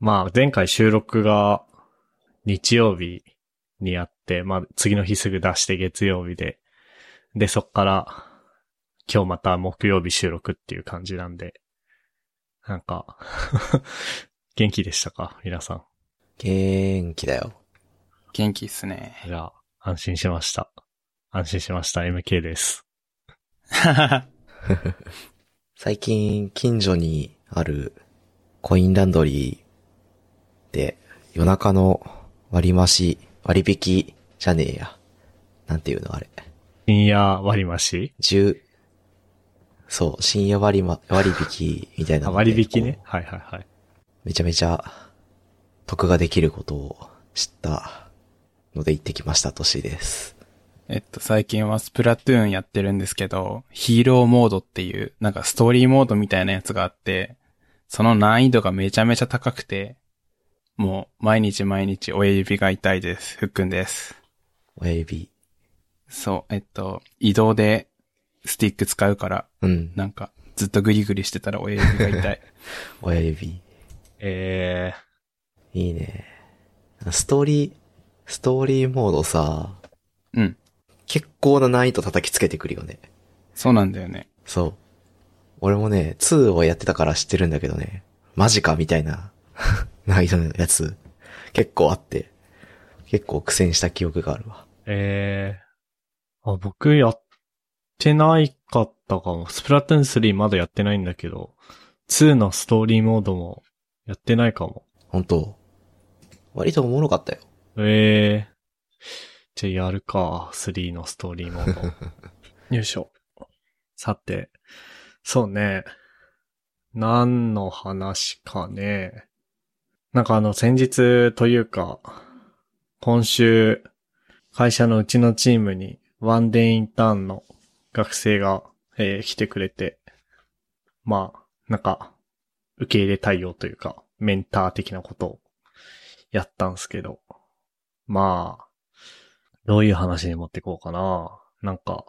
まあ、前回収録が日曜日にあって、まあ、次の日すぐ出して月曜日で、で、そっから、今日また木曜日収録っていう感じなんで、なんか、 元気でしたか皆さん。元気だよ。元気っすね。 じゃあ、安心しました。安心しました。MK です。最近、近所にあるコインランドリーで夜中の割増、割引じゃねえや。なんていうのあれ。深夜割増十、そう、深夜割ま、割引みたいなあので割引。こね。はいはいはい。うめちゃめちゃ得ができることを知ったので行ってきました、年です。えっと、最近はスプラトゥーンやってるんですけど、ヒーローモードっていう、なんかストーリーモードみたいなやつがあって、その難易度がめちゃめちゃ高くて、もう毎日毎日親指が痛いです。ふっくんです。親指。そう、えっと、移動でスティック使うから、うん、なんかずっとグリグリしてたら親指が 痛い。親指。えいいね。ストーリー、ストーリーモードさ、うん。結構な難易度叩きつけてくるよね。そうなんだよね。そう。俺もね、2をやってたから知ってるんだけどね、マジかみたいな 難易度のやつ、結構あって、結構苦戦した記憶があるわ。ー、えー、あ、僕やってないかったかも。スプラトゥーン3まだやってないんだけど、2のストーリーモードもやってないかも。本当割とおもろかったよ。えー、じゃあやるか。3のストーリーモード。 よいしょ。さて、そうね。何の話かね。なんかあの、先日というか、今週、会社のうちのチームにワンデーインターンの学生が、えー来てくれて、まあ、なんか、受け入れ対応というか、メンター的なことをやったんすけど、まあ、どういう話に持ってこうかな。なんか、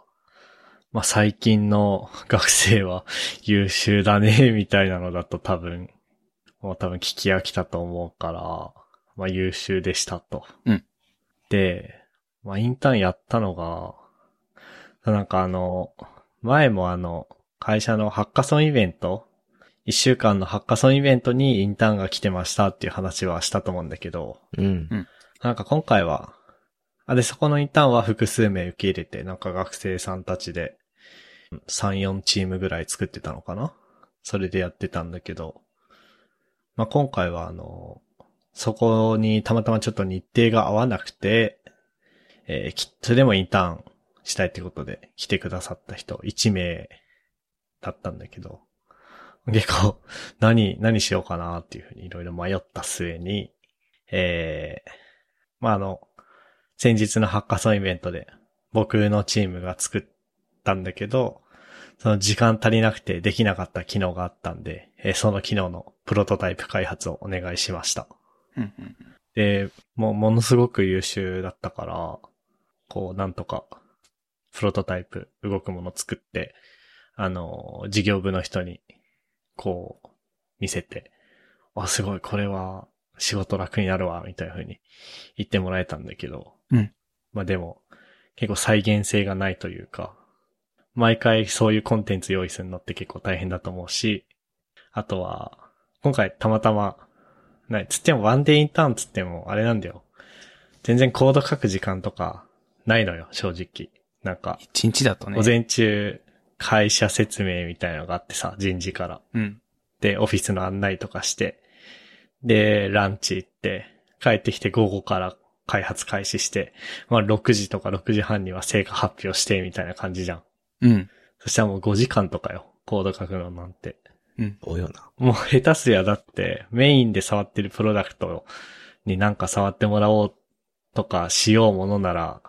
まあ最近の学生は 優秀だね、 みたいなのだと多分、もう多分聞き飽きたと思うから、まあ優秀でしたと。うんで、まあインターンやったのが、なんかあの、前もあの、会社のハッカソンイベント一週間のハッカソンイベントにインターンが来てましたっていう話はしたと思うんだけど、うん。なんか今回は、あ、で、そこのインターンは複数名受け入れて、なんか学生さんたちで、3、4チームぐらい作ってたのかなそれでやってたんだけど、まあ、今回はあの、そこにたまたまちょっと日程が合わなくて、えーきそれでもインターンしたいってことで来てくださった人1名だったんだけど、結構何、何しようかなっていうふうにいろいろ迷った末に、えー、まあ、あの、先日のハッカソンイベントで僕のチームが作ったんだけど、その時間足りなくてできなかった機能があったんで、えーその機能のプロトタイプ開発をお願いしました。うんうんで、もうものすごく優秀だったから、こうなんとか、プロトタイプ、動くもの作って、あの、事業部の人に、こう、見せて、あ、すごい、これは仕事楽になるわ、みたいな風に言ってもらえたんだけど、うんまあでも、結構再現性がないというか、毎回そういうコンテンツ用意するのって結構大変だと思うし、あとは、今回たまたま、ない、つってもワンデーインターンつっても、あれなんだよ。全然コード書く時間とか、ないのよ、正直。なんか、一日だとね。午前中、会社説明みたいなのがあってさ、人事から。うん。で、オフィスの案内とかして、で、ランチ行って、帰ってきて午後から開発開始して、まあ6時とか6時半には成果発表して、みたいな感じじゃん。うん。そしたらもう5時間とかよ、コード書くのなんて。うん。およな。もう下手すりゃだって、メインで触ってるプロダクトになんか触ってもらおうとかしようものなら、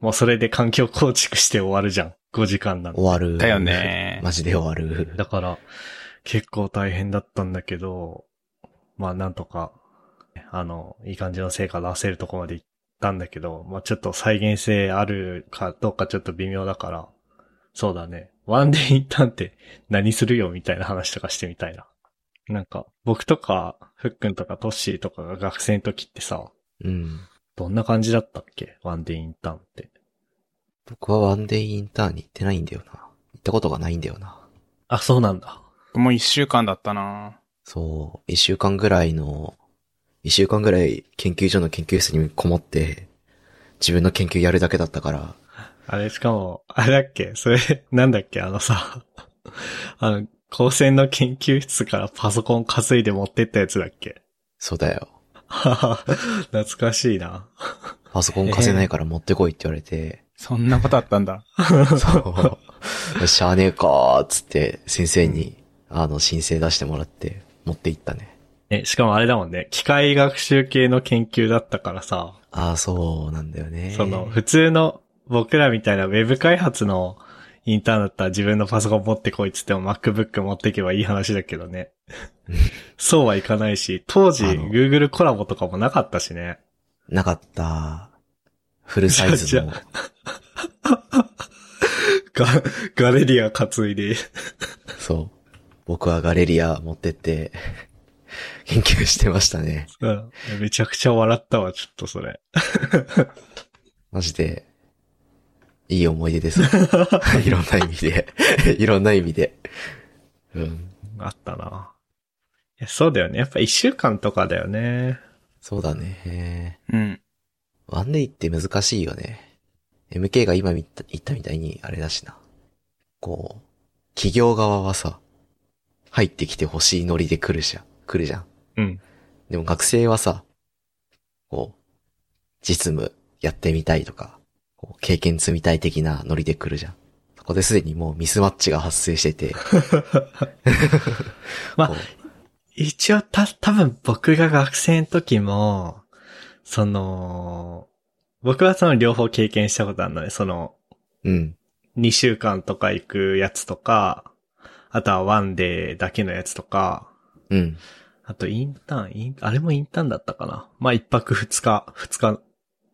もうそれで環境構築して終わるじゃん。5時間なんて終わる。だよ。ね。マジで終わる。だから、結構大変だったんだけど、まあなんとか、あの、いい感じの成果出せるとこまで行ったんだけど、まあちょっと再現性あるかどうかちょっと微妙だから、そうだね。ワンデーインターンって何するよみたいな話とかしてみたいな。なんか、僕とか、ふっくんとかトッシーとかが学生の時ってさ、うん。どんな感じだったっけワンデーインターンって。僕はワンデイインターンに行ってないんだよな。行ったことがないんだよな。あ、そうなんだ。もう一週間だったなそう、一週間ぐらいの、一週間ぐらい研究所の研究室にこもって、自分の研究やるだけだったから、あれ、しかも、あれだっけそれ、なんだっけあのさ、 あの、高専の研究室からパソコン担いで持ってったやつだっけ そうだよ。懐かしいな。パソコン貸せないから持ってこいって言わ れて、そんなことあったんだ。そう、しゃあねえかーっつって先生に、あの、申請出してもらって持って行ったね。え、しかもあれだもんね。機械学習系の研究だったからさ、ああ、そうなんだよね。その、普通の僕らみたいなウェブ開発のインターンだったら自分のパソコン持ってこいっつっても MacBook 持ってけばいい話だけど ね。そうはいかないし、当時あの Google コラボとかもなかったしね。なかった。フルサイズのじゃ。ガ、ガレリア担いで。そう。僕はガレリア持ってって、研究してましたね。うんめちゃくちゃ笑ったわ、ちょっとそれ。マジで、いい思い出です。 いろんな意味で。 いろんな意味で。うん。あったな。いやそうだよね。やっぱ一週間とかだよね。そうだね。うん。ワンデイって難しいよね。MK が今みた言ったみたいに、あれだしな。こう、企業側はさ、入ってきてほしいノリで来るじゃん。来るじゃん。うん。でも学生はさ、こう、実務やってみたいとか、こう経験積みたい的なノリで来るじゃん。そこですでにもうミスマッチが発生してて。まあこう一応た、多分僕が学生の時も、その、僕はその両方経験したことあるので、その、うん。 2週間とか行くやつとか、あとはワンデーだけのやつとか、うん。あとインターン、インあれもインターンだったかな。まあ、一泊二日、二日、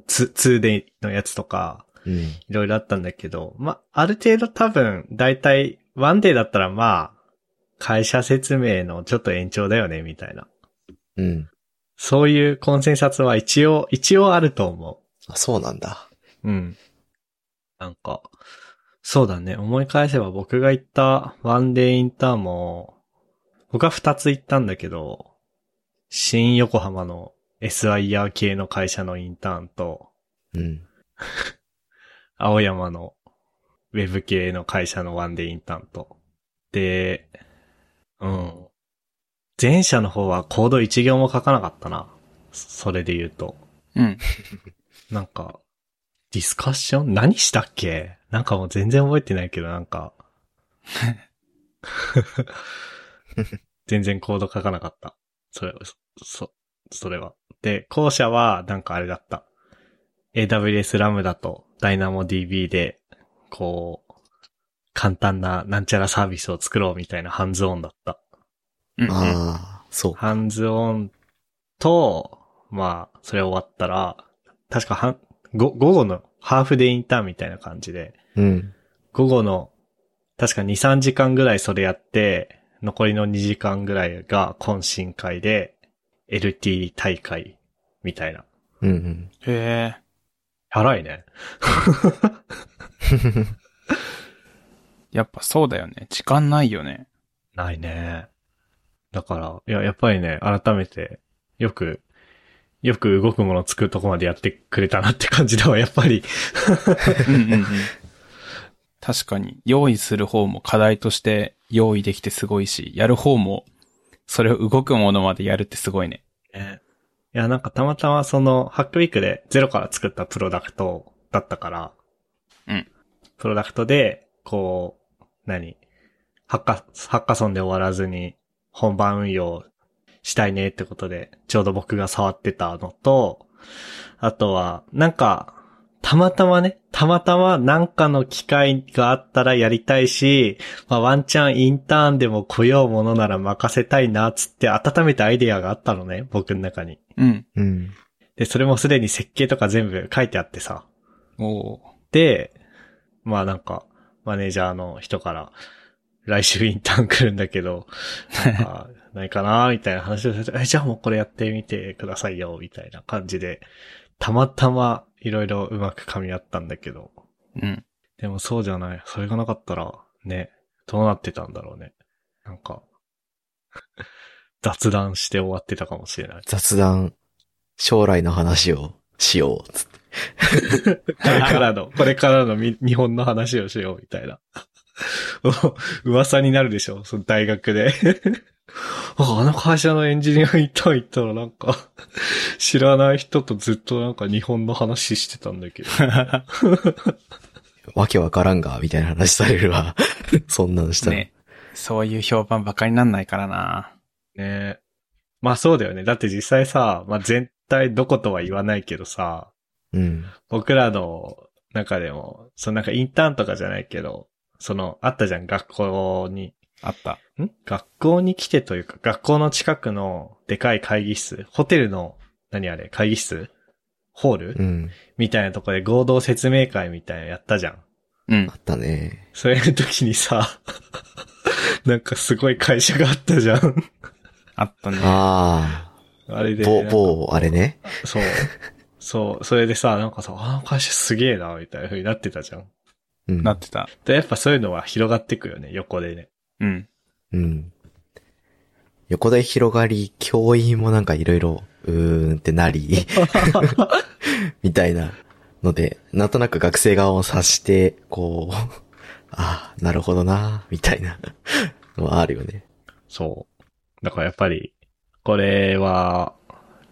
ツ、ツーデイのやつとか、うん。いろいろあったんだけど、まあ、ある程度多分、だいたい、ワンデーだったらまあ、会社説明のちょっと延長だよね、みたいな。うん。そういうコンセンサスは一応、一応あると思あ、そうなんだ。う。うん。なんか、そうだね。思い返せば僕が行ったワンデーインターンも、僕は二つ行ったんだけど、新横浜の SIR 系の会社のインターンと、うん。青山のウェブ系の会社のワンデーインターンと。で、うん。前者の方はコード一行も書かなかったな。それで言うと。うん。なんか、ディスカッション何したっけなんかもう全然覚えてないけど、なんか。全然コード書かなかった。それ、そ、それは。で、後者は、なんかあれだった。AWS ラムだと DynamoDB で、こう、簡単ななんちゃらサービスを作ろうみたいなハンズオンだった。うん。ああ、そう。ハンズオンと、まあ、それ終わったら、確かはん、ご、午後のハーフデイインターンみたいな感じで、うん。午後の、確か2、3時間ぐらいそれやって、残りの2時間ぐらいが懇親会で、LT 大会、みたいな。うんうん。へえ。辛いね。やっぱそうだよね。時間ないよね。ないね。だから、いや、やっぱりね、改めて、よく、よく動くもの作るとこまでやってくれたなって感じだわ、やっぱり。うんうんうん。確かに、用意する方も課題として用意できてすごいし、やる方も、それを動くものまでやるってすごいね。ねいや、なんかたまたまその、ハックウィークでゼロから作ったプロダクトだったから、うん。プロダクトで、こう、何ハッカ、ハッカソンで終わらずに本番運用したいねってことで、ちょうど僕が触ってたのと、あとは、なんか、たまたまね、たまたまなんかの機会があったらやりたいし、まあ、ワンチャンインターンでも来ようものなら任せたいな、つって温めたアイデアがあったのね、僕の中に。うん。うん。で、それもすでに設計とか全部書いてあってさ。おーで、まあなんか、マネージャーの人から、来週インターン来るんだけど、なんかないかな、みたいな話をしてて、えじゃあもうこれやってみてくださいよ、みたいな感じで、たまたまいろいろうまく噛み合ったんだけど、うん。でもそうじゃない。それがなかったら、ね、どうなってたんだろうね。なんか、 雑談して終わってたかもしれない。雑談、将来の話をしよう、つって。これからの、これからのみ日本の話をしようみたいな。 もう噂になるでしょその大学で。 ああの会社のエンジニアいたいたらなんか、 知らない人とずっとなんか日本の話してたんだけど。わけわからんが、みたいな話されるわ。 そんなんしたら。ね。そういう評判ばかりなんないからな。ねまあそうだよね。だって実際さ、まあ全体どことは言わないけどさ、うん。僕らの中でも、そのなんかインターンとかじゃないけど、その、あったじゃん、学校にあった。ん学校に来てというか、学校の近くのでかい会議室、ホテルの、何あれ、会議室ホール、うん。みたいなとこで合同説明会みたいなのやったじゃん。うんあ。ったね。それの時にさ、 なんかすごい会社があったじゃん。あったね。ああれあ、で。某、なんか某、あれね。そう。そう。それでさ、なんかさ、あの会社すげえな、みたいな風になってたじゃん。うんな。ってた。で、やっぱそういうのは広がってくよね、横でね。うん。うん。横で広がり、教員もなんかいろいろ、うーんって なり、みたいなので、なんとなく学生側を察して、こう、 ああ、なるほどな、みたいなのはあるよね。そう。だからやっぱり、これは、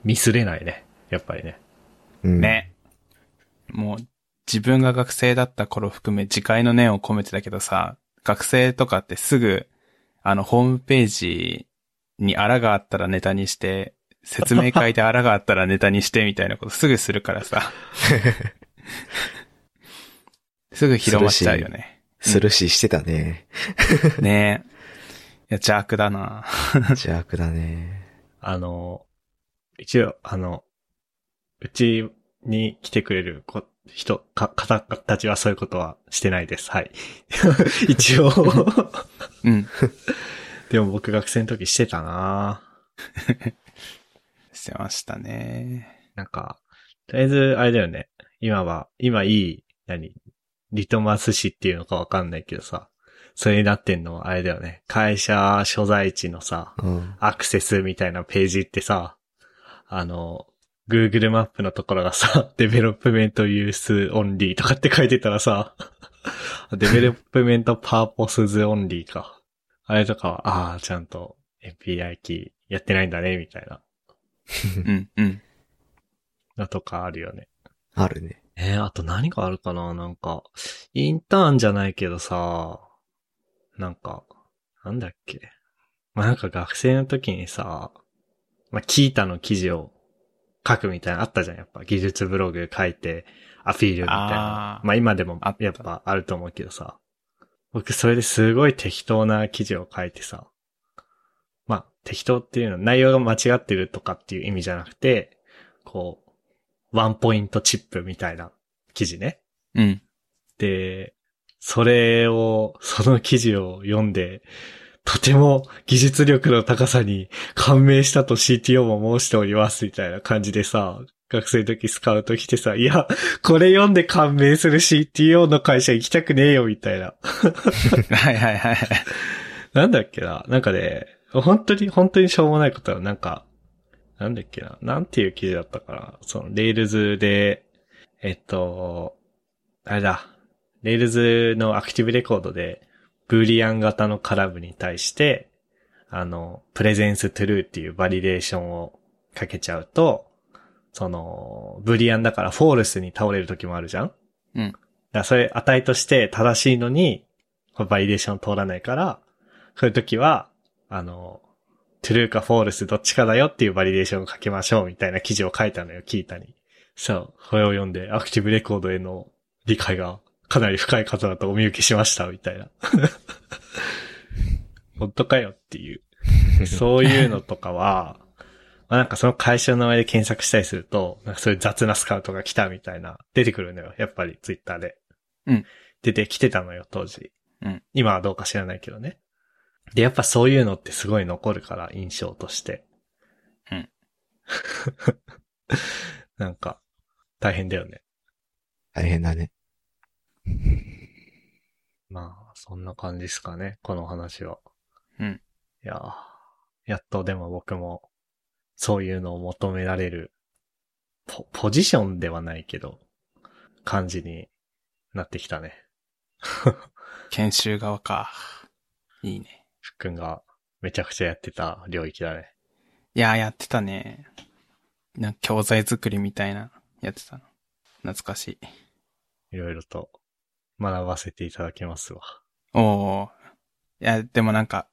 ミスれないね。やっぱりね。うん、。ね。もう、自分が学生だった頃含め、自戒の念を込めてだけどさ、学生とかってすぐ、あの、ホームページにあらがあったらネタにして、説明会であらがあったらネタにしてみたいなことすぐするから さ。すぐ広まっちゃうよね。するし、してたね。ねえ。いや、邪悪だな邪悪だね。あの、一応、あの、うちに来てくれるこ人、か、方たちはそういうことはしてないです。はい。 一応。うん。でも僕学生の時してたなしてましたね。なんか、とりあえず、あれだよね。今は、今いい、何リトマス紙っていうのかわかんないけどさ。それになってんのはあれだよね。会社所在地のさ、うん。アクセスみたいなページってさ、あの、Google マップのところがさ、 デベロップメントユースオンリーとかって書いてたらさ、 デベロップメントパーポスズオンリーか。あれとかは、ああ、ちゃんと API キーやってないんだね、みたいなうん、うん。のとかあるよね。あるね。えー、あと何があるかななんか、インターンじゃないけどさ、なんか、なんだっけ。まあ、なんか学生の時にさ、まあ、キータの記事を書くみたいなのあったじゃん。やっぱ技術ブログ書いて、アピールみたいなあ。ーまあ、今でもあったやっぱあると思うけどさ。僕それですごい適当な記事を書いてさ。まあ、適当っていうのは内容が間違ってるとかっていう意味じゃなくて、こう、ワンポイントチップみたいな記事ね。うん。で、それを、その記事を読んで、とても技術力の高さに感銘したと CTO も申しておりますみたいな感じでさ、学生の時スカウト来てさ、いや、これ読んで感銘する CTO の会社行きたくねえよみたいな。はいはいはいはい。なんだっけななんかね、本当に、本当にしょうもないことは、なんか、なんだっけななんていう記事だったかなその、レールズで、えっと、あれだ、レールズのアクティブレコードで、ブーリアン型のカラブに対して、あの、プレゼンストゥルーっていうバリデーションをかけちゃうと、その、ブーリアンだからフォールスに倒れる時もあるじゃんうだんからそれ値として正しいのに、バリデーション通らないから、そういう時は、あの、トゥルーかフォールスどっちかだよっていうバリデーションをかけましょうみたいな記事を書いたのよ、聞いたに。そう、これを読んで、アクティブレコードへの理解がかなり深い方だとお見受けしました、みたいな。 本当かよっていう。そういうのとかは、 まあなんかその会社の名前で検索したりすると、なんかそういう雑なスカウトが来たみたいな、出てくるのよ、やっぱりツイッターで。うん。出てきてたのよ、当時。うん。今はどうか知らないけどね。で、やっぱそういうのってすごい残るから、印象として。うん。 なんか、大変だよね。大変だね。まあ、そんな感じですかね、この話は。うん。いやーやっとでも僕も、そういうのを求められる、ポ、ポジションではないけど、感じになってきたね。研修側か。いいね。ふっくんがめちゃくちゃやってた領域だね。いやー、やってたね。なんか教材作りみたいな、やってたの。懐かしいい。ろいろと学ばせていただきますわ。おお。いや、でもなんか、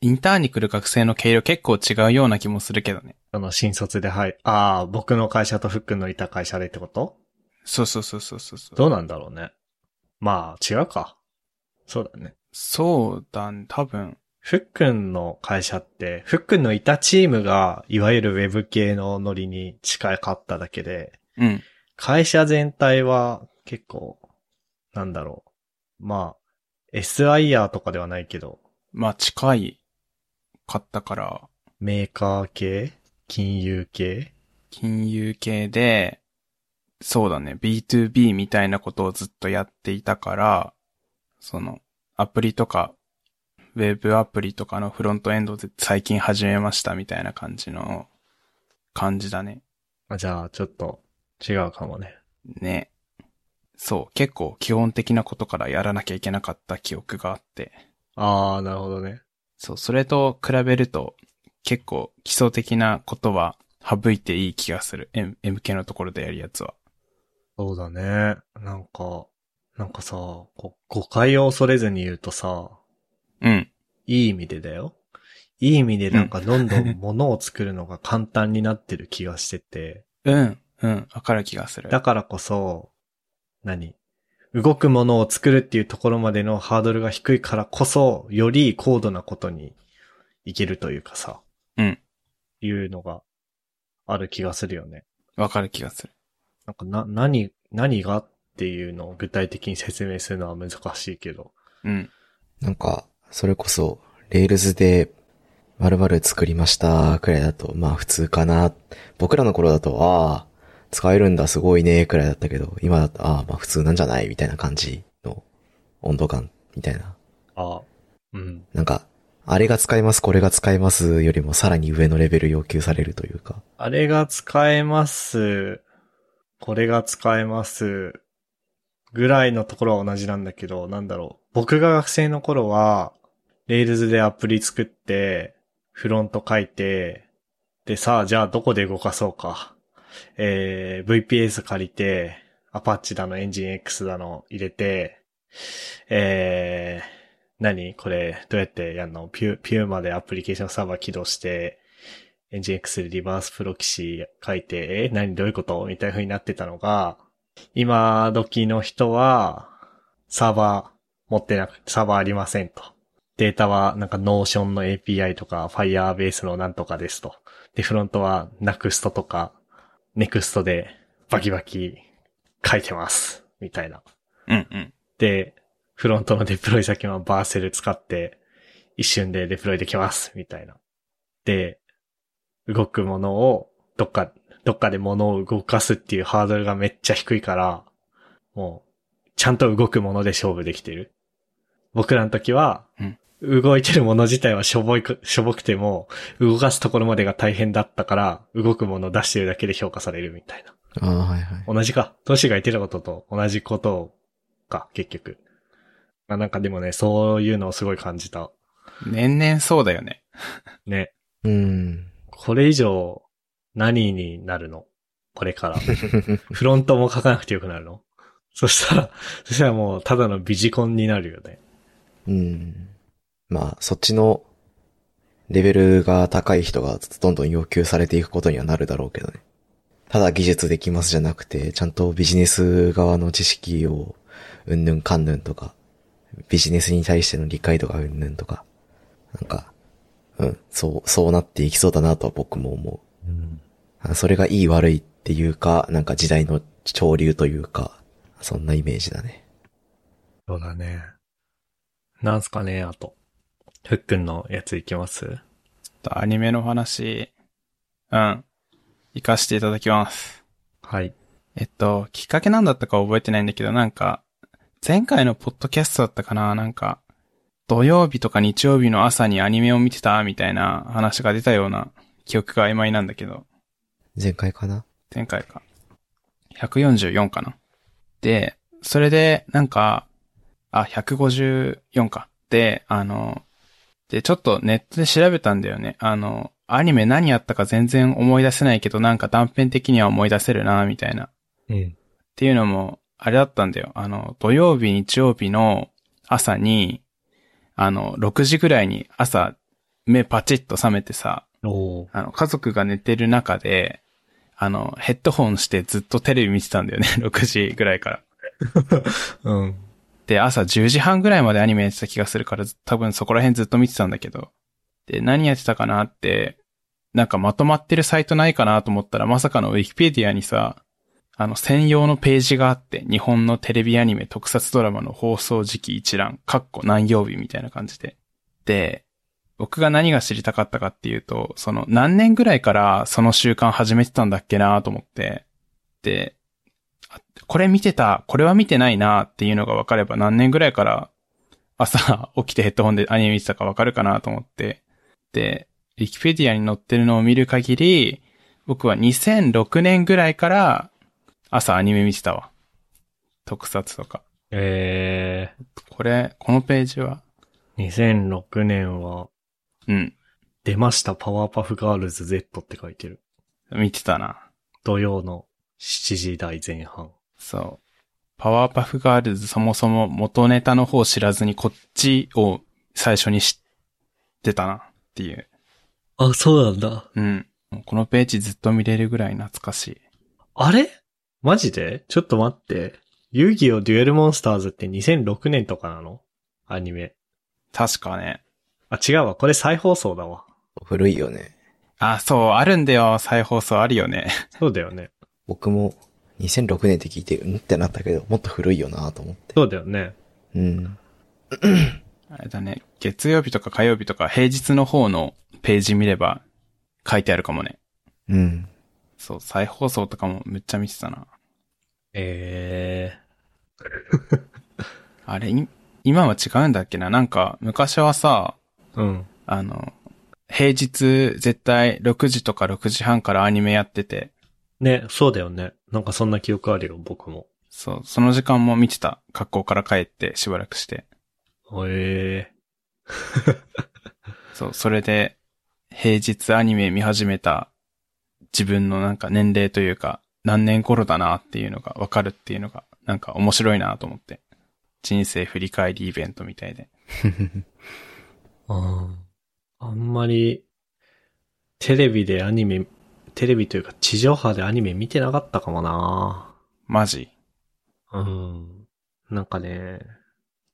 インターに来る学生の経量結構違うような気もするけどね。あの、新卒で入、ああ、僕の会社とふっくんのいた会社でってことそうそうそうそうそうそう。どうなんだろうね。まあ、違うか。そうだね。そうだね、多分。ふっくんの会社って、ふっくんのいたチームが、いわゆるウェブ系のノリに近かっただけで、うん。会社全体は結構、なんだろう。まあ、SIR とかではないけど、まあ、近い、かったから、メーカー系金融系金融系で、そうだね、B2B みたいなことをずっとやっていたから、その、アプリとか、ウェブアプリとかのフロントエンドで最近始めましたみたいな感じの、感じだね。あじゃあ、ちょっと違うかもね。ね。そう、結構基本的なことからやらなきゃいけなかった記憶があって。ああ、なるほどね。そう、それと比べると、結構基礎的なことは省いていい気がする。M、MK のところでやるやつは。そうだね。なんか、なんかさ、こ誤解を恐れずに言うとさ、うん。いい意味でだよ。いい意味でなんかどんどん物を作るのが簡単になってる気がしてて、うん。うん。わかる気がする。だからこそ、何動くものを作るっていうところまでのハードルが低いからこそ、より高度なことにいけるというかさ、うん。いうのがある気がするよね。わかる気がする。なんかな、何、何がっていうのを具体的に説明するのは難しいけど、うん。なんか、それこそ、レールズで、まるまる作りました、くらいだと、まあ普通かな。僕らの頃だと、ああ、使えるんだ、すごいね、くらいだったけど、今だと、ああ、まあ普通なんじゃないみたいな感じの温度感、みたいな。あうん。なんか、あれが使えます、これが使えますよりもさらに上のレベル要求されるというか。あれが使えます。これが使えます。ぐらいのところは同じなんだけど、なんだろう。僕が学生の頃は、レールズでアプリ作って、フロント書いて、でさあ、じゃあどこで動かそうか。えー、VPS 借りて、アパッチだの、エンジン X だの入れて、えー、何これ、どうやってやんのピュ、ピューマでアプリケーションサーバー起動して、エンジン X でリバースプロキシー書いて、え何どういうことみたいな風になってたのが、今時の人は、サーバー持ってなく、サーバーありませんと。データはなんか Notion の API とか Firebase のなんとかですと。で、フロントは Next とか Next でバキバキ書いてます。みたいな。うんうん。で、フロントのデ プロイ先はバーセル使って、一瞬でデプロイできます、みたいな。で、動くものを、どっか、どっかでものを動かすっていうハードルがめっちゃ低いから、もう、ちゃんと動くもので勝負できてる。僕らの時は、動いてるもの自体はしょぼいく、しょぼくても、動かすところまでが大変だったから、動くものを出してるだけで評価されるみたいな。ああ、はいはい。同じか。トシが言ってたことと同じことか、結局。まあなんかでもね、そういうのをすごい感じた。年々そうだよね。ね。うん。これ以上、何になるのこれ から。フロントも書かなくてよくなるのそしたら、そしたらもうただのビジコンになるよね。うん。まあ、そっちの、レベルが高い人がどんどん要求されていくことにはなるだろうけどね。ただ技術できますじゃなくて、ちゃんとビジネス側の知識を、うんぬんかんぬんとか、ビジネスに対しての理解度がうんぬんとか、なんか、うん、そう、そうなっていきそうだなとは僕も思う。あそれがいい悪いっていうか、なんか時代の潮流というか、そんなイメージだね。そうだね。なんすかね、あと。ふっくんのやついきますとアニメの話、うん、活かしていただきます。はい。えっと、きっかけなんだったか覚えてないんだけど、なんか、前回のポッドキャストだったかななんか、土曜日とか日曜日の朝にアニメを見てたみたいな話が出たような記憶が曖昧なんだけど、前回かな前回か。144かな。で、それで、なんか、あ、154か。で、あの、で、ちょっとネットで調べたんだよね。あの、アニメ何やったか全然思い出せないけど、なんか断片的には思い出せるな、みたいな。うん。っていうのも、あれだったんだよ。あの、土曜日、日曜日の朝に、あの、6時ぐらいに朝、目パチッと覚めてさ、おーあの、家族が寝てる中で、あの、ヘッドホンしてずっとテレビ見てたんだよね。6時 ぐらいから。うん。で、朝10時半ぐらいまでアニメやってた気がするから、ず多分そこら辺ずっと見てたんだけど。で、何やってたかなって、なんかまとまってるサイトないかなと思ったら、まさかのウィキペディアにさ、あの、専用のページがあって、日本のテレビアニメ特撮ドラマの放送時期一覧、かっこ何曜日みたいな感じで。で、僕が何が知りたかったかっていうと、その何年ぐらいからその習慣始めてたんだっけなと思って、で、これ見てた、これは見てないなっていうのが分かれば何年ぐらいから朝起きてヘッドホンでアニメ見てたか分かるかなと思って。で、ウィキペディアに載ってるのを見る限り、僕は2006年ぐらいから朝アニメ見てたわ。特撮とか。えこれ、このページは、ー、2006年は、うん、出ましたパワーパフガールズ Z って書いてる。見てたな。土曜の7時台前半。そう。パワーパフガールズそもそも元ネタの方知らずにこっちを最初に知ってたなっていう。あ、そうなんだ。うん。このページずっと見れるぐらい懐かしい。あれマジでちょっと待って。遊戯王デュエルモンスターズって2006年とかなのアニメ。確かね。あ、違うわ。これ再放送だわ。古いよね。あ、そう、あるんだよ。再放送あるよね。 そうだよね。僕も2006年って聞いて、うんってなったけど、もっと古いよなと思って。そうだよね。うん。あれだね。月曜日とか火曜日とか平日の方のページ見れば書いてあるかもね。うん。そう、再放送とかもめっちゃ見てたな。えあれ、い今は違うんだっけななんか、昔はさ、ー。うん。あの、平日絶対6時とか6時半からアニメやってて、ね、そうだよね。なんかそんな記憶あるよ、僕も。そう、その時間も見てた。学校から帰ってしばらくして。えそう、それで、平日アニメ見始めた自分のなんか年齢というか、何年頃だなっていうのがわかるっていうのが、なんか面白いなと思って。人生振り返りイベントみたいで。ー。うん。あんまり、テレビでアニメ、テレビというか地上波でアニメ見てなかったかもなマジうん。なんかね、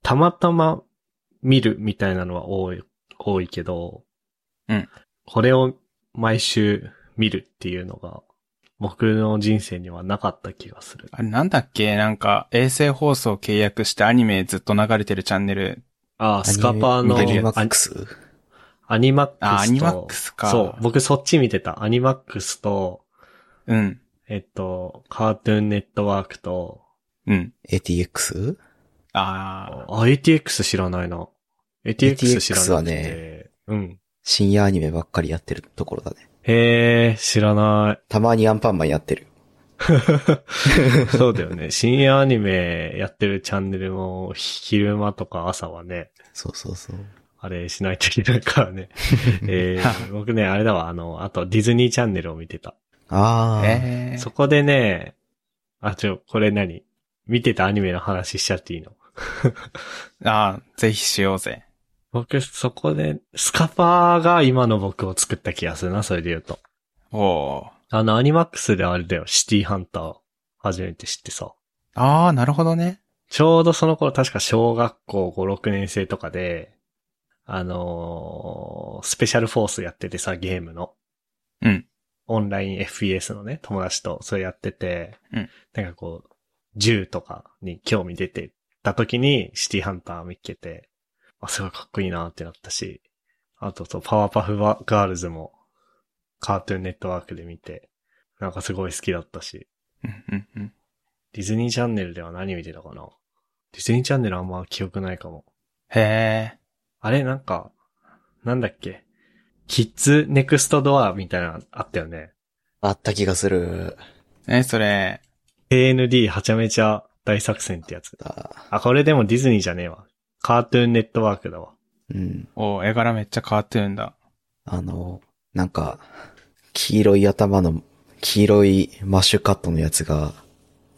たまたま見るみたいなのは多い、多いけど、うん。これを毎週見るっていうのが、僕の人生にはなかった気がする。あれなんだっけなんか、衛星放送契約してアニメずっと流れてるチャンネル。あ、 スカパーのアニメマアックスアニマックスと。あアニマックスかそう、僕そっち見てた。アニマックスと、うん。えっと、カートゥーンネットワークと、うん。 ?ATX? ああ、ATX 知らないな。ATX 知らな ATX はくて。ねうん。深夜アニメばっかりやってるところだね。へえ、知らない。たまにアンパンマンやってる。 そうだよね。深夜アニメやってるチャンネルも、昼間とか朝はね、そうそうそう。あれしないといけないから ね。えー、僕ね、あれだわ、あの、あとディズニーチャンネルを見てた。ああ。あ、ええそこでね、あ、ちょ、これ何見てたアニメの話しちゃっていいのああ、ぜひしようぜ。僕、そこで、スカパーが今の僕を作った気がするな、それで言うと。おお。あの、アニマックスであれだよ、シティハンター、初めて知ってさ。ああ、なるほどね。ちょうどその頃確か小学校5、6年生とかで、あのースペシャルフォースやっててさ、ゲームの。うん。オンライン FPS のね、友達とそれやってて、うんなんかこう、銃とかに興味出てた時にシティハンター見っけて、あ、すごいかっこいいなってなったし、あとそう、パワーパフはガールズもカートゥーンネットワークで見て、なんかすごい好きだったし、うんうんうん。ディズニーチャンネルでは何見てたかなディズニーチャンネルあんま記憶ないかも。へえ。あれなんか、なんだっけキッズネクストドアみたいなのあったよね。あった気がする。え、それ、 AND はちゃめちゃ大作戦ってやつ。だあ、これでもディズニーじゃねえわ。カートゥーンネットワークだわ。うん。お絵柄めっちゃカートゥーンだ。あの、なんか、黄色い頭の、黄色いマッシュカットのやつが、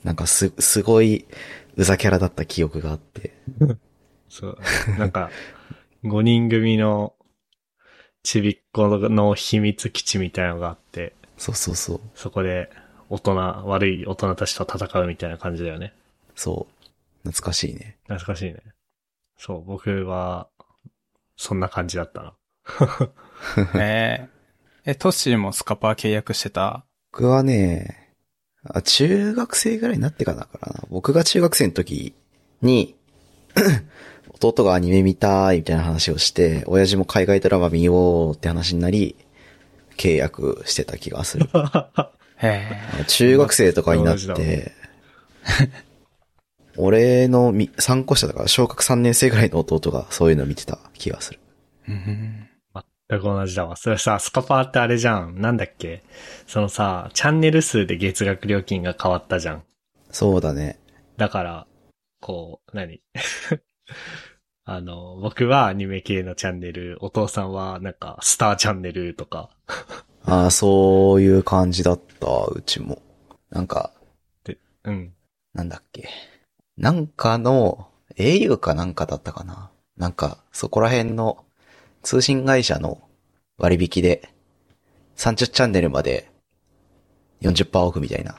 なんかす、すごい、うざキャラだった記憶があって。そう。なんか、5人組のちびっ子の秘密基地みたいなのがあって、そうそうそう。そこで大人、悪い大人たちと戦うみたいな感じだよね。そう。懐かしいね。懐かしいね。そう、僕は、そんな感じだったな。えー、え、トッシーもスカパー契約してた僕はね、あ中学生ぐらいになってからだからな。僕が中学生の時に、 弟がアニメ見たいみたいな話をして、親父も海外ドラマ見ようって話になり、契約してた気がする。へあ中学生とかになって、俺のみ参考者だから小学3年生ぐらいの弟がそういうの見てた気がする。え。うん全く同じだわ。それさ、スカパーってあれじゃん。なんだっけそのさ、チャンネル数で月額料金が変わったじゃん。そうだね。だから、こう、何 あの、僕はアニメ系のチャンネル、お父さんはなんか、スターチャンネルとか、ああ、そういう感じだった、うちも。なんか、うん。なんだっけ。なんかの、au かなんかだったかな。なんか、そこら辺の通信会社の割引で、30チャンネルまで40%オフみたいな。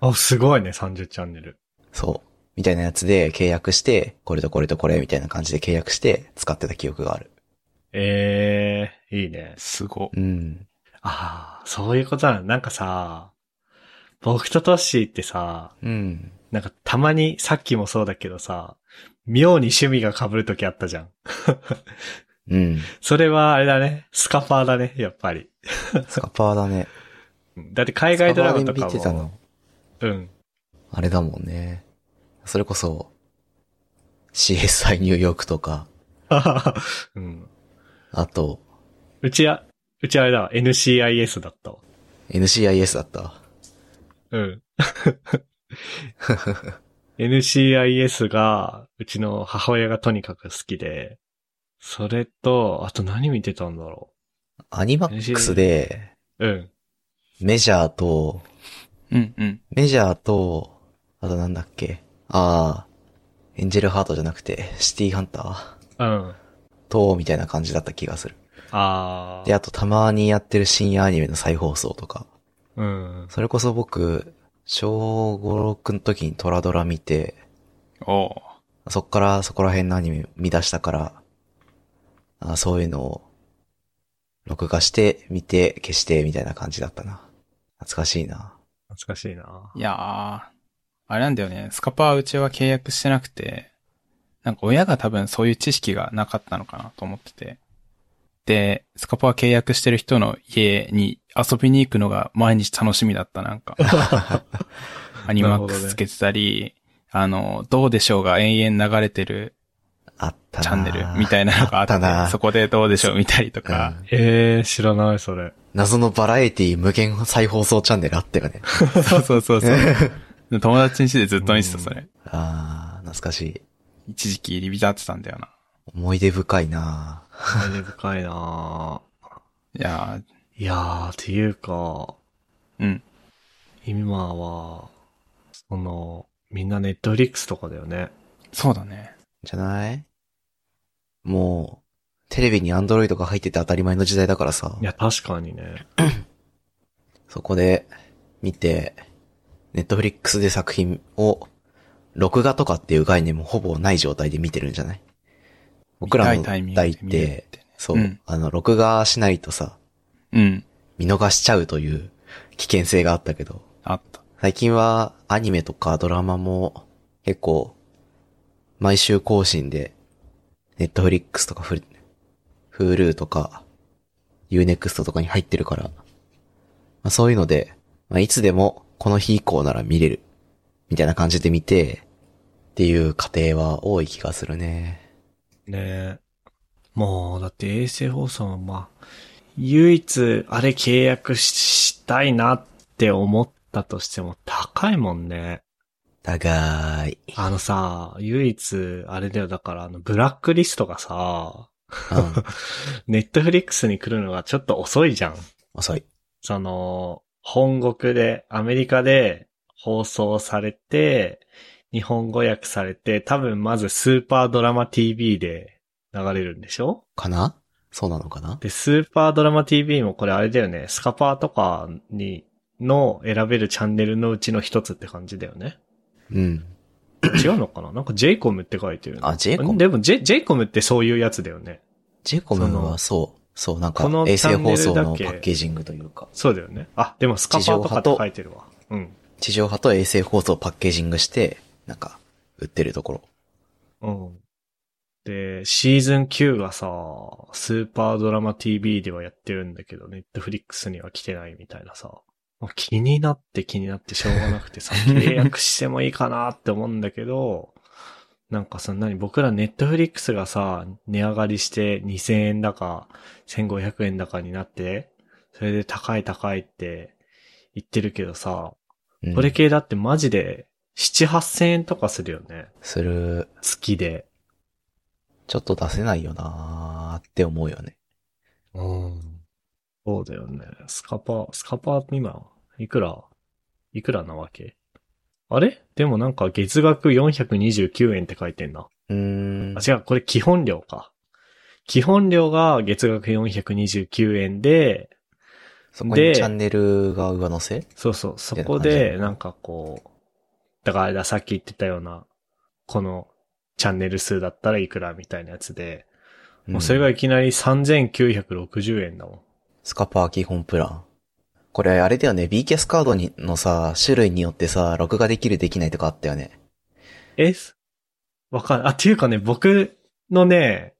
あ、すごいね、30チャンネル。そう。みたいなやつで契約して、これとこれとこれみたいな感じで契約して使ってた記憶がある。ええいいね。すご。うん。ああ、そういうことなの。なんかさ、僕とトッシーってさ、うん。なんかたまに、さっきもそうだけどさ、妙に趣味が被るときあったじゃん。うん。それはあれだね、スカパーだね、やっぱり。スカパーだね。だって海外ドラマとスカパかーで見てたも、の。うん。 あれだもんね。それこそ、CSI ニューヨークとか、うん。あと、うちは、うちはあれだわ、NCIS だったわ。 NCIS だった。 うん。NCIS が、うちの母親がとにかく好きで、それと、あと何見てたんだろアニマックスで、う。うん。メジャーと、うんうん。メジャーと、あとなんだっけ。あー、エンジェルハートじゃなくて、シティハンターうん。と、みたいな感じだった気がする。あで、ー。あとたまにやってる深夜アニメの再放送とか。うん。それこそ僕、小5、6の時にトラドラ見て、おう。そっからそこら辺のアニメ見出したから、あそういうのを、録画して、見て、消して、みたいな感じだったな。懐かしいな。懐かしいないやー、あれなんだよね。スカパーうちは契約してなくて、なんか親が多分そういう知識がなかったのかなと思ってて。で、スカパー契約してる人の家に遊びに行くのが毎日楽しみだった、なん か。アニマックスつけてたり、あの、どうでしょうが延々流れてるあったな。チャンネルみたいなのがああったっなて、そこでどうでしょう見たりとかう。んえー、知らない、それ。謎のバラエティ無限再放送チャンネルあったよね。そうそう そう そう。友達にしてずっと見てた、それ。 あー、懐かしい。一時期入り浸ってたんだよな。思い出深いな思い出深いないやいやー、っていうか、ー、うん。今は、その、みんなネットフリックスとかだよね。そうだね。じゃないもう、テレビにアンドロイドが入ってて当たり前の時代だからさい、や、確かにね。そこで見て、ネットフリックスで作品を、録画とかっていう概念もほぼない状態で見てるんじゃない僕らの見たいタイミング代っで見れるっててね、そう、うんあの、録画しないとさ、うん。見逃しちゃうという危険性があったけど、あった。最近はアニメとかドラマも結構毎週更新でネットフリックスとかフル、フールーとか、Unext とかに入ってるから、まあ、そういうので、まあ、いつでもこの日以降なら見れる、みたいな感じで見て、っていう過程は多い気がするね。ねえ。もう、だって衛星放送はまあ、唯一、あれ契約ししたいなって思ったとしても高いもんね。高い。あのさ、唯一、あれだよ、だから、あの、ブラックリストがさ、うん。 ネットフリックスに来るのがちょっと遅いじゃん。遅い。その、本国で、アメリカで放送されて、日本語訳されて、多分まずスーパードラマ TV で流れるんでしょかなそうなのかなで、スーパードラマ TV もこれあれだよね、スカパーとかに、の選べるチャンネルのうちの一つって感じだよね。うん。違うのかななんか JCOM って書いてるねあ JCOM でも J、JCOM ってそういうやつだよね。ジェイコムはそう、そう、なんかこの衛星放送チャンのネルだけパッケージングというか、そうだよね。あ、でもスカパーとかって書いてるわ。うん。地上波と衛星放送をパッケージングして、なんか、売ってるところ。うん。で、シーズン9がさ、スーパードラマ TV ではやってるんだけど、ネットフリックスには来てないみたいなさ。もう気になって気になってしょうがなくてさ、契約してもいいかなって思うんだけど、なんかそんなに僕らネットフリックスがさ、値上がりして2000円だか、1500円だかになって、それで高い高いって言ってるけどさ、うん、これ系だってマジで7、8000円とかするよね。する、月で。ちょっと出せないよなーって思うよね。うん。そうだよね。スカパー、スカパー今、いくら、いくらなわけあれでもなんか月額429円って書いてんな。うーんあ、。違う、これ基本料か。基本料が月額429円で、そこでにチャンネルが上乗せそうそう、そてなこ感じだで、なんかこう、だからあれだ、さっき言ってたような、このチャンネル数だったらいくらみたいなやつで、もうそれがんいきなり3960円だもん。スカパー基本プラン。これあれだよね、B キャスカードにのさ、種類によってさ、録画できるできないとかあったよね。え、すわかんない。あ、っていうかね、僕のね、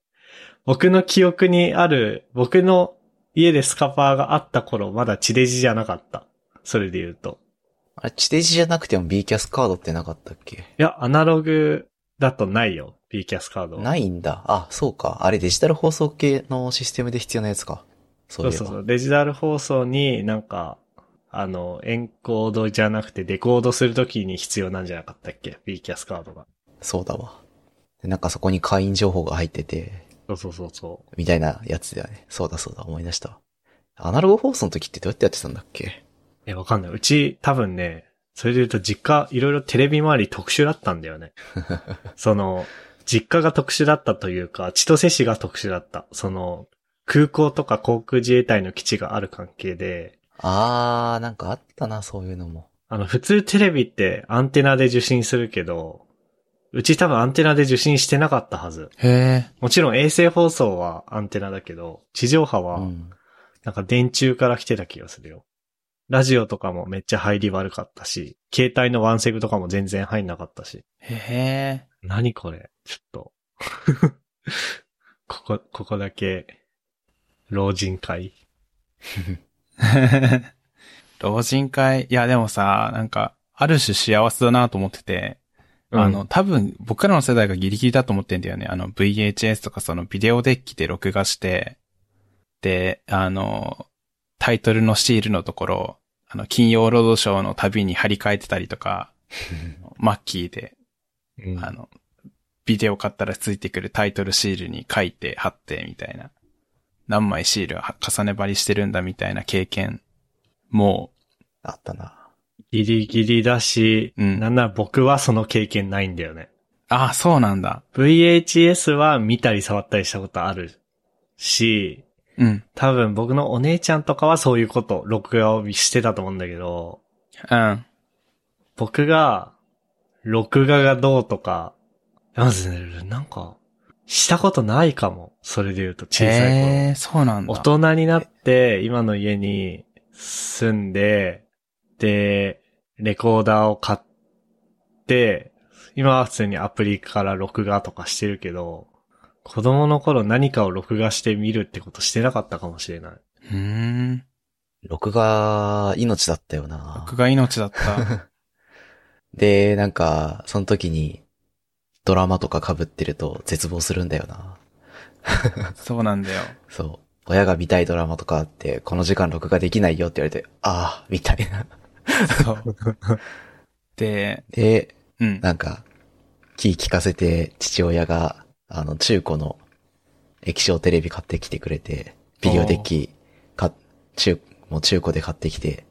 僕の記憶にある、僕の家でスカパーがあった頃、まだ地デジじゃなかった。それで言うと。あれ、地デジじゃなくても B キャスカードってなかったっけいや、アナログだとないよ。B キャスカードは。ないんだ。あ、そうか。あれデジタル放送系のシステムで必要なやつか。そそうういえそば。うそう。デジタル放送になんか、あの、エンコードじゃなくてデコードするときに必要なんじゃなかったっけ ?B キャスカードが。そうだわ。で、なんかそこに会員情報が入ってて、そうそうそうそう。みたいなやつだよね。そうだそうだ、思い出したわ。アナログ放送の時ってどうやってやってたんだっけえ、わかんない。うち、多分ね、それで言うと実家、いろいろテレビ周り特殊だったんだよね。その、実家が特殊だったというか、千歳市が特殊だった。その、空港とか航空自衛隊の基地がある関係で、あー、なんかあったな、そういうのも。あの、普通テレビってアンテナで受信するけど、うち多分アンテナで受信してなかったはず。へもちろん衛星放送はアンテナだけど、地上波うはん。なんか電柱から来てた気がするよ。ラジオとかもめっちゃ入り悪かったし、携帯のワンセグとかも全然入んなかったし。え。へえ。何これちょっと。 ここ、ここだけ、老人会 老人会、いやでもさ、なんか、ある種幸せだなと思ってて、あの、、多分僕らの世代がギリギリだと思ってんだよね。あの VHS とかそのビデオデッキで録画して、で、あの、タイトルのシールのところ、あの、金曜ロードショーの旅に張り替えてたり とか、マッキーで、うんあの、ビデオ買ったらついてくるタイトルシールに書いて貼ってみたいな。何枚シールは重ね貼りしてるんだみたいな経験。もあったな。ギリギリだし、うんなんなら僕はその経験ないんだよね。う、ああ、そうなんだ。 VHS は見たり触ったりしたことあるし、うん。多分僕のお姉ちゃんとかはそういうこと、録画をしてたと思うんだけど、うん。僕が、録画がどうとか、まずね、なんか、したことないかも。それで言うと、小さい頃。えー、そうなんだ。大人になって、今の家に住んで、で、レコーダーを買って、今は普通にアプリから録画とかしてるけど、子供の頃何かを録画して見るってことしてなかったかもしれない。うーん。録画、命だったよな。僕が命だった。で、なんか、その時に、ドラマとか被ってると絶望するんだよな。そうなんだよ。そう。親が見たいドラマとかあって、この時間録画できないよって言われて、ああ、みたいな。 そう。で、で、うん。なんか、気聞かせて、父親が、あの、中古の液晶テレビ買ってきてくれて、ビデオデッキ、か、中、もう中古で買ってきて、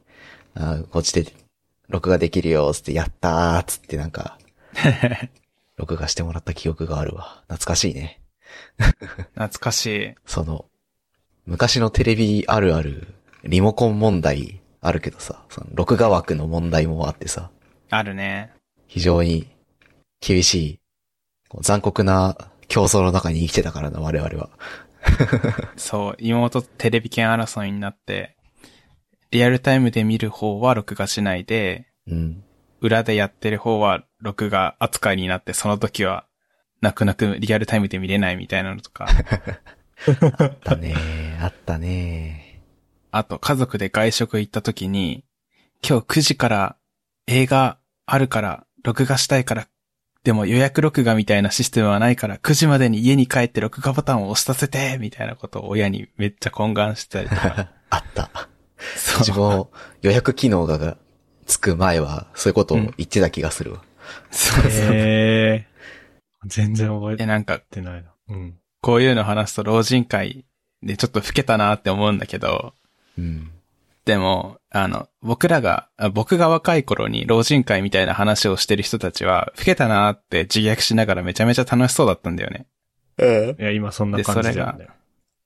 あーこっちで、録画できるよ、つって、やったー、つってなんか、録画してもらった記憶があるわ。懐かしいね。懐かしい。その、昔のテレビあるある、リモコン問題あるけどさ、その録画枠の問題もあってさ、あるね。非常に厳しい、こう残酷な競争の中に生きてたからな、我々は。そう、妹とテレビ券争いになって、リアルタイムで見る方は録画しないで、うん。裏でやってる方は録画扱いになって、その時は、泣く泣くリアルタイムで見れないみたいなのとか、あったねーあったねあと家族で外食行った時に、今日9時から映画あるから、録画したいから、でも予約録画みたいなシステムはないから、9時までに家に帰って録画ボタンを押しさせて、みたいなことを親にめっちゃ懇願してたりとか。ーあった。自そう。分予約機能ががつく前は、そういうことを言ってた気がするわ。そうそう。へえー。 全然覚えで、てなんか、ないな。うん。こういうの話すと老人会でちょっと老けたなって思うんだけど、うん。でも、あの、僕らが、あ僕が若い頃に老人会みたいな話をしてる人たちは、老けたなって自虐しながらめちゃめちゃ楽しそうだったんだよね。いや、今そんな感じなんだよ。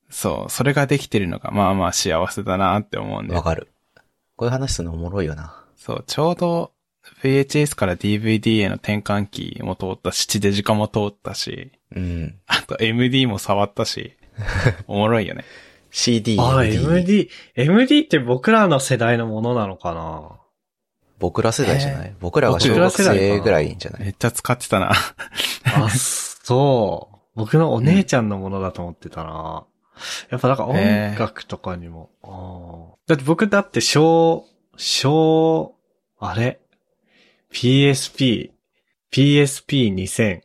そう、それができてるのが、まあまあ幸せだなって思うんでわ。かる。こういう話するのおもろいよな。そう、ちょうど VHS から DVD への転換期も通ったし、地デジ化も通ったし、うん。あと MD も触った し、おもろいよね。 CD、ああ、 DVD MD。MD って僕らの世代のものなのかな僕ら世代じゃない、え僕らが小学生ぐらいじゃなめいっちゃ使ってた な。あ、そう。僕のお姉ちゃんのものだと思ってたな。やっぱなんか音楽とかにも。あーだって僕だって小、小、あれ ?PSP、PSP2000。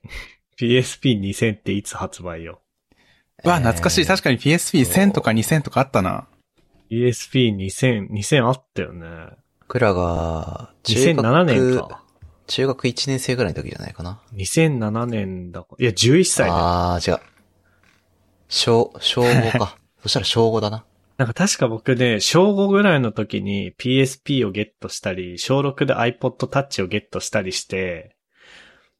PSP2000 っていつ発売ようわ、懐かしい。確かに PSP1000 とか2000とかあったな。 ?PSP2000、2000あったよね。僕らが、中学2007年か。中学1年生ぐらいの時じゃないかな。 2007年だ。いや、11歳だよ。あー、違う。小、小5か。 そしたら小5だな。なんか確か僕ね、小5ぐらいの時に PSP をゲットしたり、小6で iPod Touch をゲットしたりして、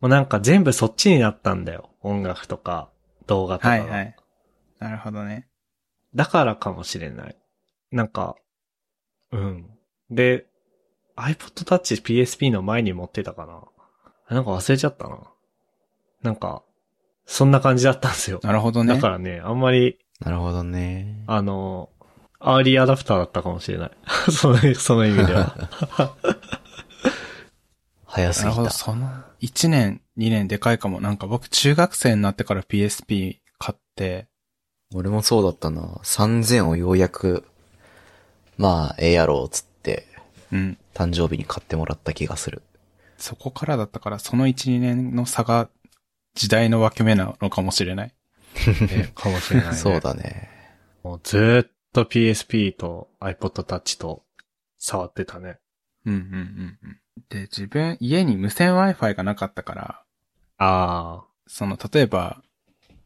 もうなんか全部そっちになったんだよ。音楽とか動画とかはが。いはい。なるほどね。だからかもしれない。なんか、うん。で、iPod Touch PSP の前に持ってたかな。なんか忘れちゃったな。なんか、そんな感じだったんですよ。なるほどね。だからね、あんまりなるほどね。あの、アーリーアダプターだったかもしれない。 その、その意味では。 早すなるぎほど、た。その、1年、2年でかいかも。なんか僕、中学生になってから PSP 買って、俺もそうだったな。3000をようやく、まあ、ええやろう、つって、うん。誕生日に買ってもらった気がす る。そこからだったから、その1、2年の差が、時代の分け目なのかもしれない。かもしれない、 そう。だね。もうずーっと PSP と iPod Touch と触ってたね。うんうんうんうん。で、自分、家に無線 Wi-Fi がなかったから、あその、例えば、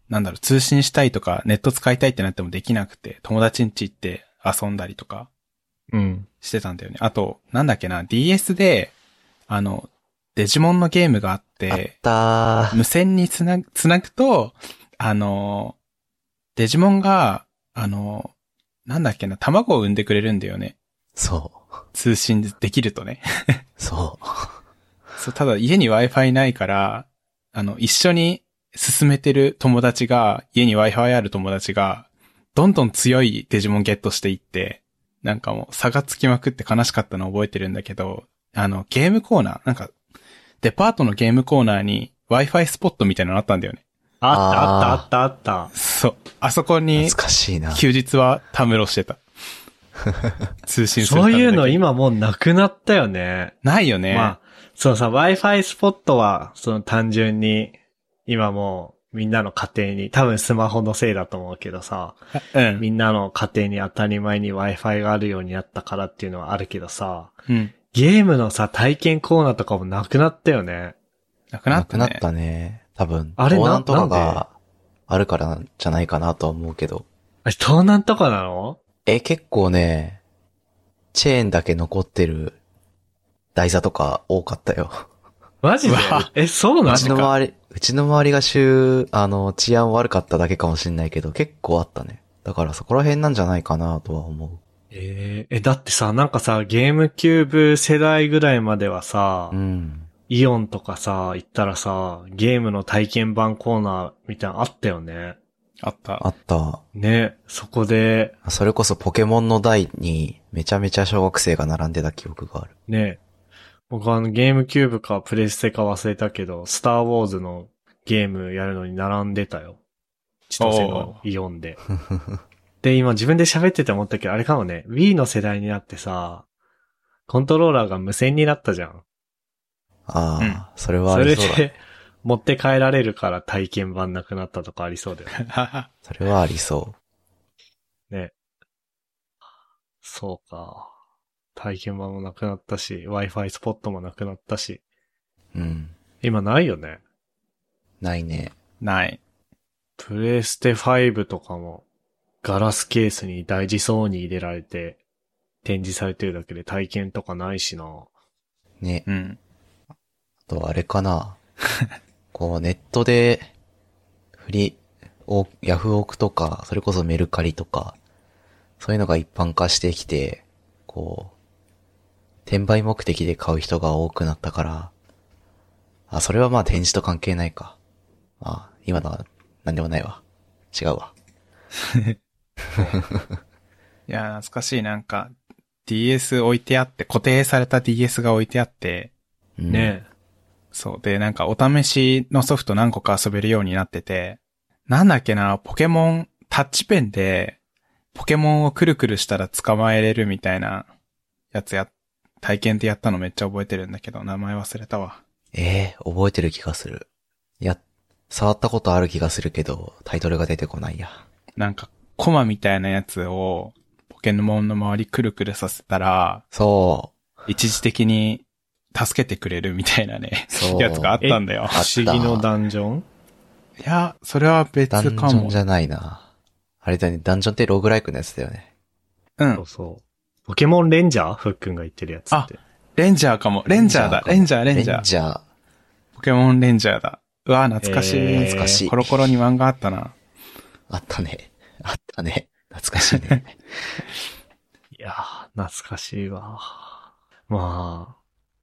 なんだろう、通信したいとか、ネット使いたいってなってもできなくて、友達ん家行って遊んだりとか、ー。うん。してたんだよね。あと、なんだっけな、DS で、あの、デジモンのゲームがあっ、あってたー。無線につなぐ、つなぐと、あの、デジモンが、あの、なんだっけな、卵を産んでくれるんだよね。そ通信できるとね。 う。そう。そう、ただ家に Wi-Fi ないから、あの、一緒に進めてる友達が、家に Wi-Fi ある友達が、どんどん強いデジモンゲットしていって、なんかもう差がつきまくって悲しかったのを覚えてるんだけど、あの、ゲームコーナー、なんか、デパートのゲームコーナーに Wi-Fi スポットみたいなのあったんだよね。あったあったあったあっそう。あそこに、懐かしいな。休日はたむろしてた。通た。信するたそめうだけいうの今もうなくなったよね。ないよね。まあ、そのさ、Wi-Fi スポットは、その単純に、今もうみんなの家庭に、多分スマホのせいだと思うけどさ、うん。みんなの家庭に当たり前に Wi-Fi があるようになったからっていうのはあるけどさ、うん。ゲームのさ、体験コーナーとかもなくなったよね。なくなったね。なくなったね。多分、あれな盗難とかなんでがあるからじゃないかなとは思うけど。あれ、盗難とかなのえ、結構ね、チェーンだけ残ってる台座とか多かったよ。マジでうわえ、そううなちのの周り、うちの周りが週、あの、治安悪かっただけかもしんないけど、結構あったね。だからそこら辺なんじゃないかなとは思う。えーえ、だってさ、なんかさ、ゲームキューブ世代ぐらいまではさ、うん。イオンとかさ、行ったらさ、ゲームの体験版コーナーみたいなのあったよね。あった。あった。ね、そこで、それこそポケモンの台にめちゃめちゃ小学生が並んでた記憶がある。ね、僕はあのゲームキューブかプレステか忘れたけど、スターウォーズのゲームやるのに並んでたよ。千歳のイオンで。で、今自分で喋ってて思ったけど、あれかもね、Wii の世代になってさ、コントローラーが無線になったじゃん。ああ、うんそれはそありれそうだね。で、持って帰られるから体験版なくなったとかありそうだよね。それはありそう。ね。そうか。体験版もなくなったし、Wi-Fi スポットもなくなったし、うん。今ないよね。ないね。 ない。プレステ5とかも、ガラスケースに大事そうに入れられて、展示されてるだけで体験とかないしな。ね。うん。あとあれか な。こう、ネットで、フリ、おヤフオクとか、それこそメルカリとか、そういうのが一般化してきて、こう、転売目的で買う人が多くなったから、あ、それはまあ展示と関係ないか。あ、今のは何でもないわ。違うわ。いや、懐かしい。なんか、DS 置いてあって、固定された DS が置いてあって、うん、ねそう。で、なんかお試しのソフト何個か遊べるようになってて、なんだっけな、ポケモン、タッチペンで、ポケモンをくるくるしたら捕まえれるみたいなやつや、体験でやったのめっちゃ覚えてるんだけど、名前忘れたわ。ええ覚えてる気がする。いや、触ったことある気がするけど、タイトルが出てこないや。なんか、コマみたいなやつを、ポケモンの周りくるくるさせたら、そ一時的に助けてくれるみたいなね、そうやつがあったんだよ不。思議のダンジョンいや、それはう。ダンジ別かョンもじ。ゃないな。あれだね、ダンジョンってローグライクのやつだよね。うそんう。そう。ポケモンレンジャーふっくんが言ってるやつって。レンジャーかも。レンジャーだ。レンジャー、レンジャー。ポケモンレンジャーだ。うわ、懐かしい。えー懐かしいコロコロに漫画あったな。あったね。あったね。懐かしい ね。いやー、懐かしいわ。まあ、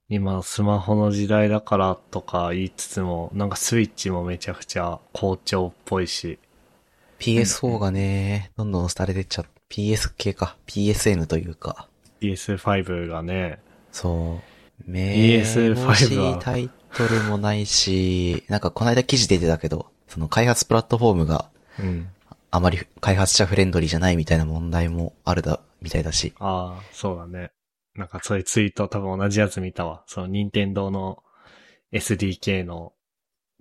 今スマホの時代だからとか言いつつも、なんかスイッチもめちゃくちゃ好調っぽいし、 PS4 がね、どんどん廃れてっちゃっ PS 系か。PSN というか。 PS5 がね、そう。名 PS5 欲しはいタイトルもないし、なんかこの間記事出てたけど、その開発プラットフォームがうん。あまり開発者フレンドリーじゃないみたいな問題もあるだ、みたいだし。ああ、そうだね。なんかそういうツイート多分同じやつ見たわ。その任天堂の SDK の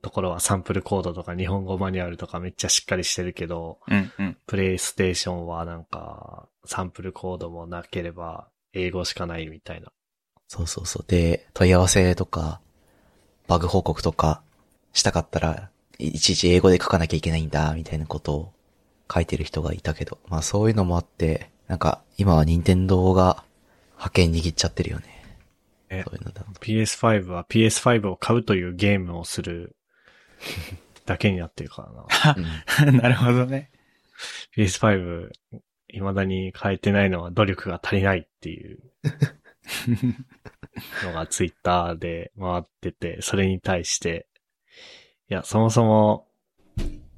ところはサンプルコードとか日本語マニュアルとかめっちゃしっかりしてるけど、うんうん。プレイステーションはなんかサンプルコードもなければ英語しかないみたいな。そうそうそう。で、問い合わせとか、バグ報告とか、したかったら、いいちいち英語で書かなきゃいけないんだ、みたいなことを書いてる人がいたけど。まあそういうのもあって、なんか今は任天堂が派遣握っちゃってるよね。えそういうのだと。 PS5 は PS5 を買うというゲームをするだけになってるからな。 うん なるほどね。 PS5 未だに変えてないのは努力が足りないっていうのがツイッターで回ってて、それに対して、いや、そもそも、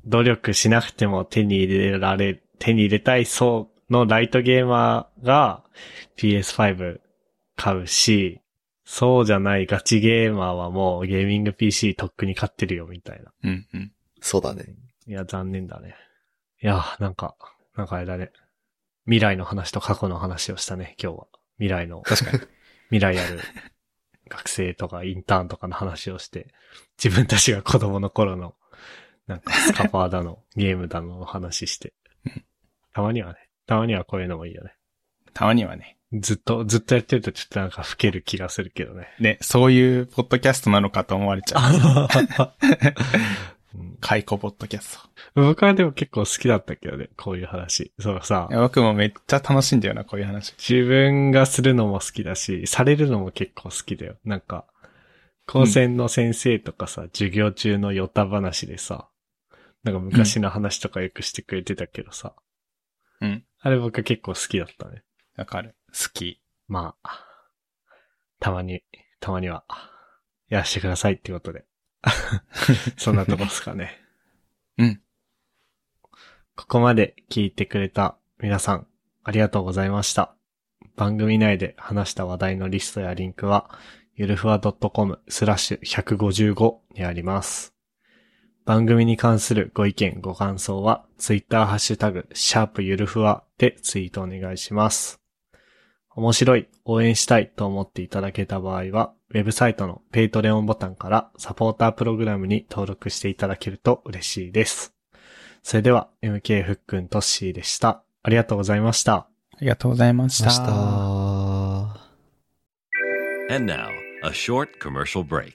努力しなくても手に入れられ、手に入れたい層のライトゲーマーが PS5 買うし、そうじゃないガチゲーマーはもうゲーミング PC とっくに買ってるよみたいな。うんうん。そうだね。いや、残念だね。いや、なんか、なんかあれだね。未来の話と過去の話をしたね、今日は。未来の、確かに。未来ある学生とかインターンとかの話をして、自分たちが子供の頃の、なんかスカパーだの、 ゲームだのの話して。たまにはね、たまにはこういうのもいいよね。たまにはね。ずっと、ずっとやってるとちょっとなんか老ける気がするけ どね。ね、そういうポッドキャストなのかと思われちゃう。うん解雇ポッドキャス僕はでも結構好きだったけどね、こういう話。そのさト。い、や僕もめっちゃ楽しいんだよな、こういう話。自分がするのも好きだし、されるのも結構好きだよ。なんか、高専の先生とかさ、授業中のヨタ話でさ、なんか昔の話とかよくしてくれてたけどさ、うん。あれ僕結構好きだったね。わかる。好き。まあ、たまに、たまには、やらしてくださいってこと で。そんなとこですかね。うん。ここまで聞いてくれた皆さん、ありがとうございました。番組内で話した話題のリストやリンクは、ゆるふわ .com スラッシュ155にあります。番組に関するご意見、ご感想は、ツイッターハッシュタグ、シャープゆるふわでツイートお願いします。面白い、応援したいと思っていただけた場合は、ウェブサイトのペイトレオンボタンからサポータープログラムに登録していただけると嬉しいです。それでは、MK ふっくんとっしーでした。ありがとうございました。ありがとうございまし明た。日。 And now, a short commercial break.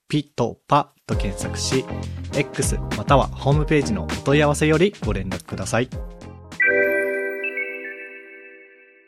ピトパと検索し X またはホームページのお問い合わせよりご連絡ください。